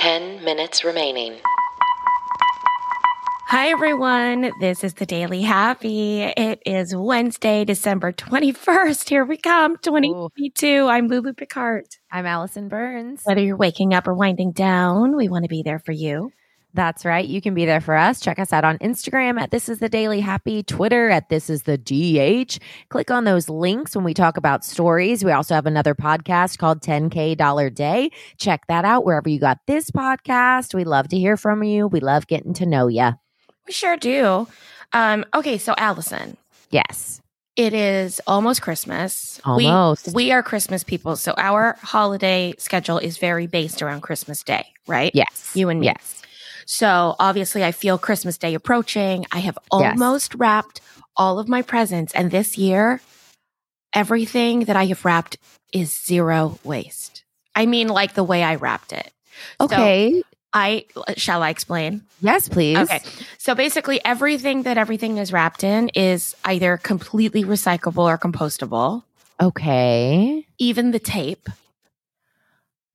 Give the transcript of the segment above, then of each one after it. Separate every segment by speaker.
Speaker 1: 10 minutes remaining.
Speaker 2: Hi, everyone. This is the Daily Happy. It is Wednesday, December 21st. Here we come, 2022. I'm Lulu Picard.
Speaker 3: I'm Allison Burns.
Speaker 2: Whether you're waking up or winding down, we want to be there for you.
Speaker 3: That's right. You can be there for us. Check us out on Instagram at This Is The Daily Happy, Twitter at This Is The DH. Click on those links when we talk about stories. We also have another podcast called 10K Dollar Day. Check that out wherever you got this podcast. We love to hear from you. We love getting to know you.
Speaker 2: We sure do. Um, okay, so Allison,
Speaker 3: Yes.
Speaker 2: it is almost Christmas. We-
Speaker 3: Almost.
Speaker 2: we are Christmas people. So our holiday schedule is very based around Christmas Day, right?
Speaker 3: yes.
Speaker 2: You and me.
Speaker 3: Yes.
Speaker 2: So obviously, I feel Christmas Day approaching. I have
Speaker 3: Yes.
Speaker 2: almost wrapped all of my presents. And this year, everything that I have wrapped is zero waste. I mean, like the way I wrapped it. So
Speaker 3: Okay.
Speaker 2: I shall I explain?
Speaker 3: yes, please.
Speaker 2: Okay. So basically, everything that everything is wrapped in is either completely recyclable or compostable,
Speaker 3: Okay.
Speaker 2: even the tape.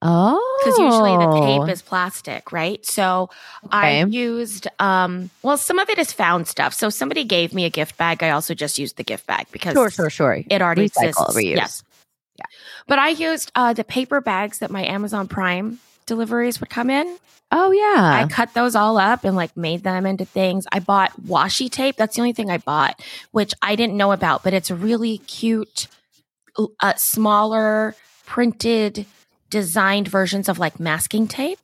Speaker 3: Oh.
Speaker 2: because usually the tape is plastic, right? So I
Speaker 3: Okay.
Speaker 2: used, um, well, some of it is found stuff. So somebody gave me a gift bag. I also just used the gift bag because
Speaker 3: Sure, sure, sure.
Speaker 2: it already
Speaker 3: Recycle,
Speaker 2: exists.
Speaker 3: reuse.
Speaker 2: Yes.
Speaker 3: Yeah.
Speaker 2: But I used uh, the paper bags that my Amazon Prime deliveries would come in.
Speaker 3: Oh, yeah.
Speaker 2: I cut those all up and like made them into things. I bought washi tape. That's the only thing I bought, which I didn't know about, but it's a really cute, uh, smaller printed, designed versions of like masking tape.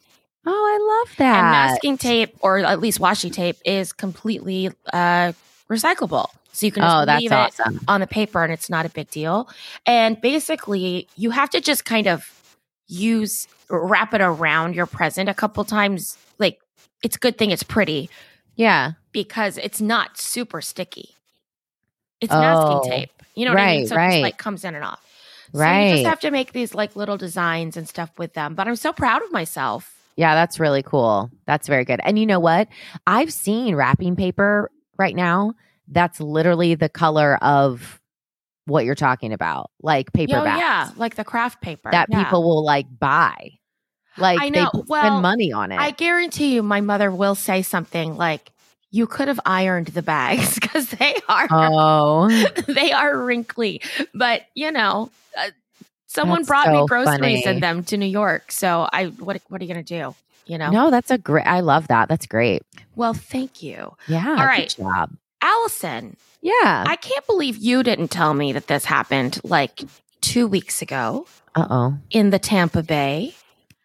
Speaker 3: oh, I love
Speaker 2: And
Speaker 3: that.
Speaker 2: masking tape, or at least washi tape, is completely uh, recyclable. So you can just
Speaker 3: oh, that's
Speaker 2: leave it
Speaker 3: awesome.
Speaker 2: on the paper and it's not a big deal. And basically, you have to just kind of use, wrap it around your present a couple times. Like, it's a good thing it's pretty
Speaker 3: Yeah.
Speaker 2: because it's not super sticky. It's
Speaker 3: Oh,
Speaker 2: masking tape. You know what I mean?
Speaker 3: right,
Speaker 2: So it just
Speaker 3: right.
Speaker 2: like comes in and off. So you
Speaker 3: Right.
Speaker 2: just have to make these like little designs and stuff with them. But I'm so proud of myself.
Speaker 3: Yeah, that's really cool. That's very good. And you know what? I've seen wrapping paper right now that's literally the color of what you're talking about, like paper
Speaker 2: Oh,
Speaker 3: bags
Speaker 2: yeah, like the craft paper
Speaker 3: that
Speaker 2: yeah.
Speaker 3: people will like buy. Like
Speaker 2: I
Speaker 3: they
Speaker 2: know.
Speaker 3: put- spend
Speaker 2: Well,
Speaker 3: money on it.
Speaker 2: I guarantee you, my mother will say something like, "You could have ironed the bags because they are
Speaker 3: oh,
Speaker 2: they are wrinkly." But you know, uh, someone
Speaker 3: That's
Speaker 2: brought me
Speaker 3: so
Speaker 2: groceries
Speaker 3: funny.
Speaker 2: and them to New York, so I what what are you gonna do? You know.
Speaker 3: no, that's a great. I love that. That's great.
Speaker 2: Well, thank you,
Speaker 3: Yeah.
Speaker 2: All
Speaker 3: good
Speaker 2: right.
Speaker 3: job.
Speaker 2: Allison.
Speaker 3: Yeah.
Speaker 2: I can't believe you didn't tell me that this happened like two weeks ago
Speaker 3: Uh oh.
Speaker 2: in the Tampa Bay.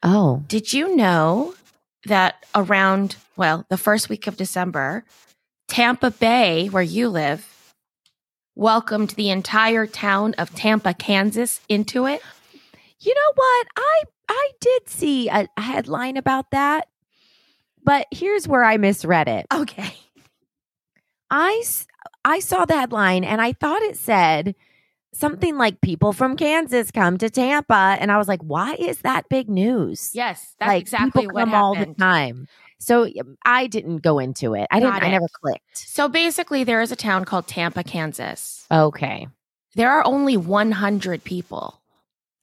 Speaker 3: Oh.
Speaker 2: Did you know that around, well, the first week of December, Tampa Bay, where you live, welcomed the entire town of Tampa, Kansas into it?
Speaker 3: You know what? I I did see a a headline about that, but here's where I misread it.
Speaker 2: Okay.
Speaker 3: I s- I saw the headline and I thought it said something like people from Kansas come to Tampa and I was like, why is that big news?
Speaker 2: Yes, that's
Speaker 3: like
Speaker 2: exactly
Speaker 3: people
Speaker 2: what
Speaker 3: come
Speaker 2: happened.
Speaker 3: all the time. So um, I didn't go into it. I didn't.
Speaker 2: Got
Speaker 3: I
Speaker 2: it.
Speaker 3: never clicked.
Speaker 2: So basically, there is a town called Tampa, Kansas.
Speaker 3: Okay.
Speaker 2: There are only 100 people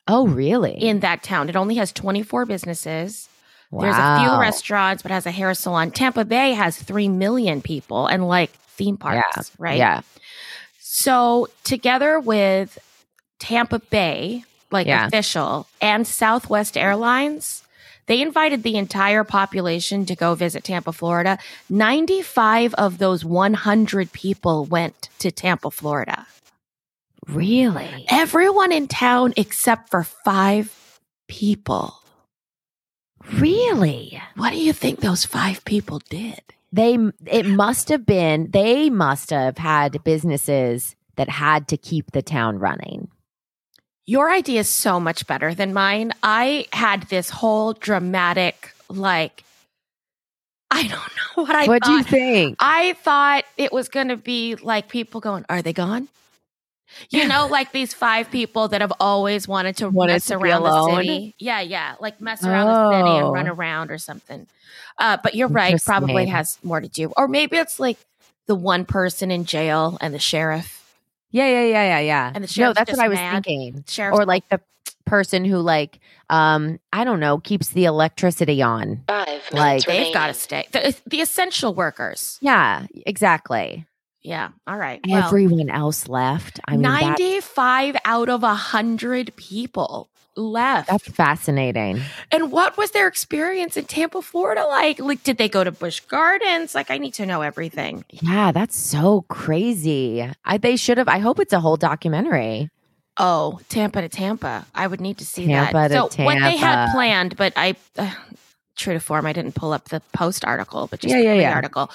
Speaker 3: Oh, really?
Speaker 2: in that town. It only has 24 businesses.
Speaker 3: wow.
Speaker 2: There's a few restaurants, but has a hair salon. Tampa Bay has 3 million people and like theme parks, right?
Speaker 3: Yeah.
Speaker 2: So, together with Tampa Bay, like
Speaker 3: Yeah.
Speaker 2: official, and Southwest Airlines, they invited the entire population to go visit Tampa, Florida. 95 of those 100 people went to Tampa, Florida.
Speaker 3: Really?
Speaker 2: Everyone in town except for five people.
Speaker 3: Really?
Speaker 2: What do you think those five people did?
Speaker 3: They. It must have been. They must have had businesses that had to keep the town running.
Speaker 2: Your idea is so much better than mine. I had this whole dramatic, like, I don't know what I
Speaker 3: What do
Speaker 2: thought.
Speaker 3: you think?
Speaker 2: I thought it was going to be like people going, Are they gone? You know, like these five people that have always wanted to
Speaker 3: Wanted
Speaker 2: mess
Speaker 3: to be
Speaker 2: around the
Speaker 3: alone?
Speaker 2: city. Yeah, yeah. Like mess around the city and
Speaker 3: Oh.
Speaker 2: run around or something. Uh, but you're right. Probably
Speaker 3: Interesting.
Speaker 2: has more to do. Or maybe it's like the one person in jail and the sheriff.
Speaker 3: Yeah, yeah, yeah, yeah, yeah.
Speaker 2: And the
Speaker 3: no,
Speaker 2: sheriff's
Speaker 3: that's what
Speaker 2: just
Speaker 3: I was
Speaker 2: mad.
Speaker 3: thinking.
Speaker 2: Sheriff's
Speaker 3: Or like the person who like um I don't know keeps the electricity on.
Speaker 1: Five minutes
Speaker 3: Like,
Speaker 2: they've got to
Speaker 1: remaining.
Speaker 2: stay. The, the essential workers.
Speaker 3: Yeah, exactly.
Speaker 2: Yeah. All right. Well,
Speaker 3: Everyone else left. I mean, that-
Speaker 2: 95 out of 100 people left.
Speaker 3: that's fascinating.
Speaker 2: and what was their experience in Tampa, Florida like? Like, did they go to Busch Gardens? Like, I need to know everything.
Speaker 3: Yeah, that's so crazy. I they should have. I hope it's a whole documentary.
Speaker 2: Oh, Tampa to Tampa. I would need to see
Speaker 3: Tampa
Speaker 2: that.
Speaker 3: to
Speaker 2: so what they had
Speaker 3: Tampa.
Speaker 2: planned, but I uh, true to form, I didn't pull up the post article, but just
Speaker 3: Yeah, yeah,
Speaker 2: the
Speaker 3: yeah.
Speaker 2: article.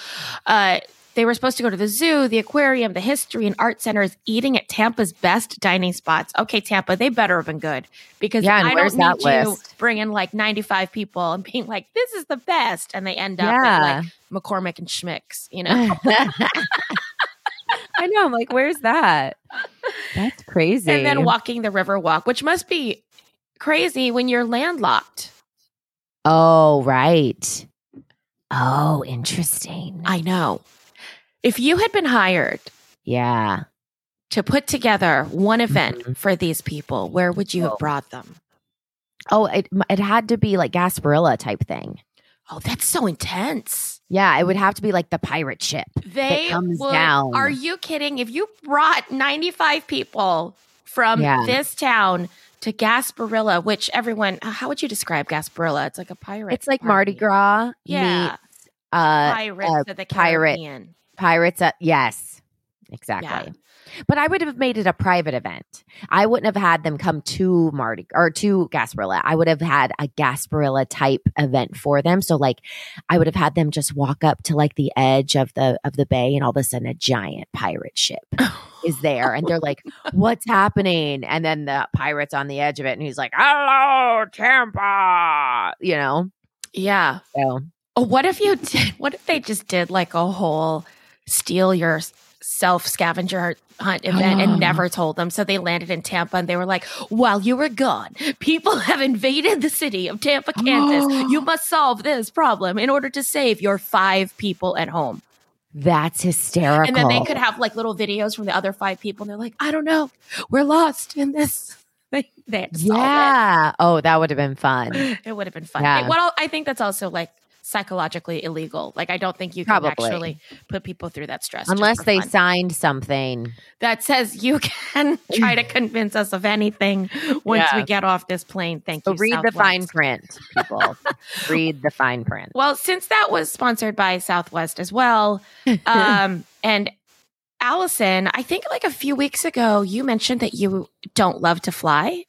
Speaker 2: Uh they were supposed to go to the zoo, the aquarium, the history and art center is eating at Tampa's best dining spots. Okay, Tampa, they better have been good because
Speaker 3: Yeah, and
Speaker 2: I don't
Speaker 3: where's
Speaker 2: need
Speaker 3: that
Speaker 2: you
Speaker 3: list?
Speaker 2: bringing like 95 people and being like, this is the best. And they end up
Speaker 3: Yeah.
Speaker 2: at like McCormick and Schmick's, you know?
Speaker 3: I know. I'm like, where's that? That's crazy.
Speaker 2: and then walking the river walk, which must be crazy when you're landlocked.
Speaker 3: Oh, right. Oh, interesting.
Speaker 2: I know. If you had been hired
Speaker 3: yeah.
Speaker 2: to put together one event
Speaker 3: Mhm.
Speaker 2: for these people, where would you
Speaker 3: Oh.
Speaker 2: have brought them?
Speaker 3: Oh, it it had to be like Gasparilla type thing.
Speaker 2: Oh, that's so intense.
Speaker 3: Yeah, it would have to be like the pirate ship.
Speaker 2: They
Speaker 3: comes
Speaker 2: would,
Speaker 3: down.
Speaker 2: Are you kidding? If you brought 95 people from
Speaker 3: Yeah.
Speaker 2: this town to Gasparilla, which everyone, uh, how would you describe Gasparilla? It's like a pirate.
Speaker 3: It's like Mardi
Speaker 2: party.
Speaker 3: Gras
Speaker 2: Yeah.
Speaker 3: meets uh
Speaker 2: Pirates
Speaker 3: uh,
Speaker 2: of the
Speaker 3: pirate.
Speaker 2: Caribbean.
Speaker 3: pirates at yes. Exactly. But I would have made it a private event. I wouldn't have had them come to Mardi or to Gasparilla. I would have had a Gasparilla type event for them. So like I would have had them just walk up to like the edge of the of the bay and all of a sudden a giant pirate ship is there and they're like what's happening and then the pirates on the edge of it and he's like hello tampa you know
Speaker 2: Yeah.
Speaker 3: so
Speaker 2: Oh, what if you did? What if they just did like a whole steal your self scavenger hunt event and never told them? So they landed in Tampa and they were like, "While you were gone, people have invaded the city of Tampa, Kansas. you must solve this problem in order to save your five people at home."
Speaker 3: that's hysterical
Speaker 2: And then they could have like little videos from the other five people, and they're like, "I don't know, we're lost in this." They, they had to solve it.
Speaker 3: yeah oh that would have been fun
Speaker 2: It would have been fun.
Speaker 3: Yeah.
Speaker 2: It- well, I think that's also like psychologically illegal. Like I don't think you can
Speaker 3: Probably.
Speaker 2: actually put people through that stress just
Speaker 3: unless
Speaker 2: for
Speaker 3: they
Speaker 2: fun.
Speaker 3: signed something
Speaker 2: that says you can try to convince us of anything once we get off this plane. Thank
Speaker 3: so
Speaker 2: you.
Speaker 3: read the
Speaker 2: Southwest.
Speaker 3: fine print people read the fine print
Speaker 2: Well, since that was sponsored by Southwest as well, um, and Allison, I think like a few weeks ago you mentioned that you don't love to fly.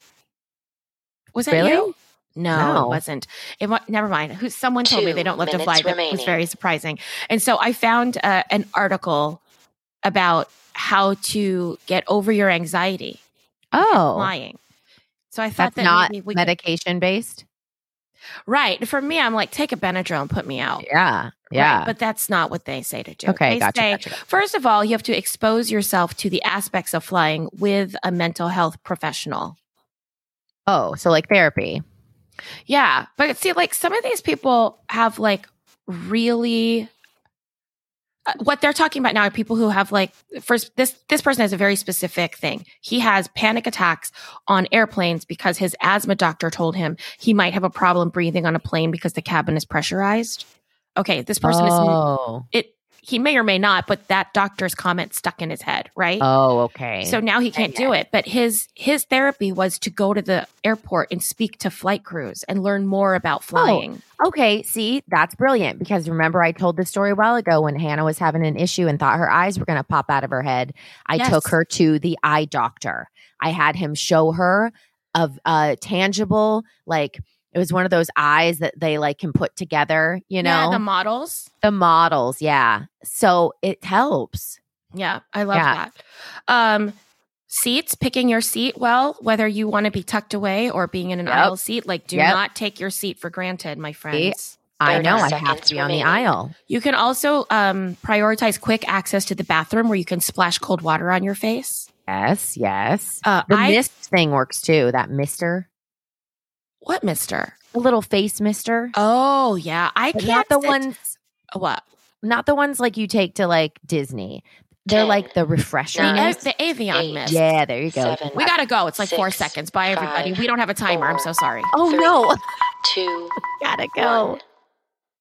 Speaker 2: Was that
Speaker 3: Really?
Speaker 2: you? No,
Speaker 3: No.
Speaker 2: it wasn't. It wa- never mind. Who someone told me
Speaker 1: Two
Speaker 2: they don't love to fly.
Speaker 1: minutes
Speaker 2: That was
Speaker 1: remaining.
Speaker 2: very surprising. And so I found uh, an article about how to get over your anxiety
Speaker 3: oh
Speaker 2: flying. So I thought
Speaker 3: that's
Speaker 2: that
Speaker 3: not
Speaker 2: maybe we could-
Speaker 3: medication based
Speaker 2: right for me. I'm like, take a Benadryl and put me out.
Speaker 3: yeah
Speaker 2: Oh. Right,
Speaker 3: yeah
Speaker 2: but that's not what they say to do.
Speaker 3: okay
Speaker 2: They
Speaker 3: gotcha,
Speaker 2: say,
Speaker 3: gotcha, gotcha.
Speaker 2: First of all, you have to expose yourself to the aspects of flying with a mental health professional.
Speaker 3: oh so like therapy
Speaker 2: Yeah. But see, like some of these people have like really. uh, What they're talking about now are people who have like first this this person has a very specific thing. He has panic attacks on airplanes because his asthma doctor told him he might have a problem breathing on a plane because the cabin is pressurized. Okay, this person is
Speaker 3: oh
Speaker 2: it he may or may not, but that doctor's comment stuck in his head, right?
Speaker 3: oh okay
Speaker 2: So now he can't do it. But his his therapy was to go to the airport and speak to flight crews and learn more
Speaker 3: Oh,
Speaker 2: about flying.
Speaker 3: Okay, see, that's brilliant because remember I told this story a while ago when Hannah was having an issue and thought her eyes were going to pop out of her head. I
Speaker 2: Yes.
Speaker 3: took her to the eye doctor. I had him show her of a tangible like it was one of those eyes that they like can put together, you know,
Speaker 2: yeah,
Speaker 3: the,
Speaker 2: the models.
Speaker 3: models, yeah. So it helps.
Speaker 2: Yeah, I love
Speaker 3: Yeah.
Speaker 2: that. Um, seats, picking your seat well, whether you want to be tucked away or being in an
Speaker 3: Yep.
Speaker 2: aisle seat. Like, do
Speaker 3: Yep.
Speaker 2: not take your seat for granted, my friends.
Speaker 3: I
Speaker 1: Thirty
Speaker 3: know I have
Speaker 1: seconds
Speaker 3: to be on the
Speaker 1: remaining.
Speaker 3: aisle.
Speaker 2: You can also um, prioritize quick access to the bathroom where you can splash cold water on your face.
Speaker 3: Yes, yes.
Speaker 2: Uh,
Speaker 3: The
Speaker 2: I
Speaker 3: mist thing works too. That mister,
Speaker 2: what, Mister?
Speaker 3: the little face mister,
Speaker 2: Oh yeah, I
Speaker 3: but
Speaker 2: can't.
Speaker 3: not the
Speaker 2: sit-
Speaker 3: ones
Speaker 2: What?
Speaker 3: not the ones like you take to like Disney. They're
Speaker 1: Ten,
Speaker 3: like the refresher.
Speaker 1: nine,
Speaker 3: mist.
Speaker 2: A- the Avion
Speaker 1: eight,
Speaker 2: mist.
Speaker 3: yeah, there you go.
Speaker 1: seven,
Speaker 2: Uh, We gotta go. It's like four
Speaker 1: Six,
Speaker 2: seconds. Bye, everybody.
Speaker 1: five,
Speaker 2: we don't have a timer. I'm
Speaker 1: four,
Speaker 2: so sorry.
Speaker 3: oh
Speaker 1: three,
Speaker 3: no,
Speaker 1: two,
Speaker 3: gotta go.
Speaker 1: one.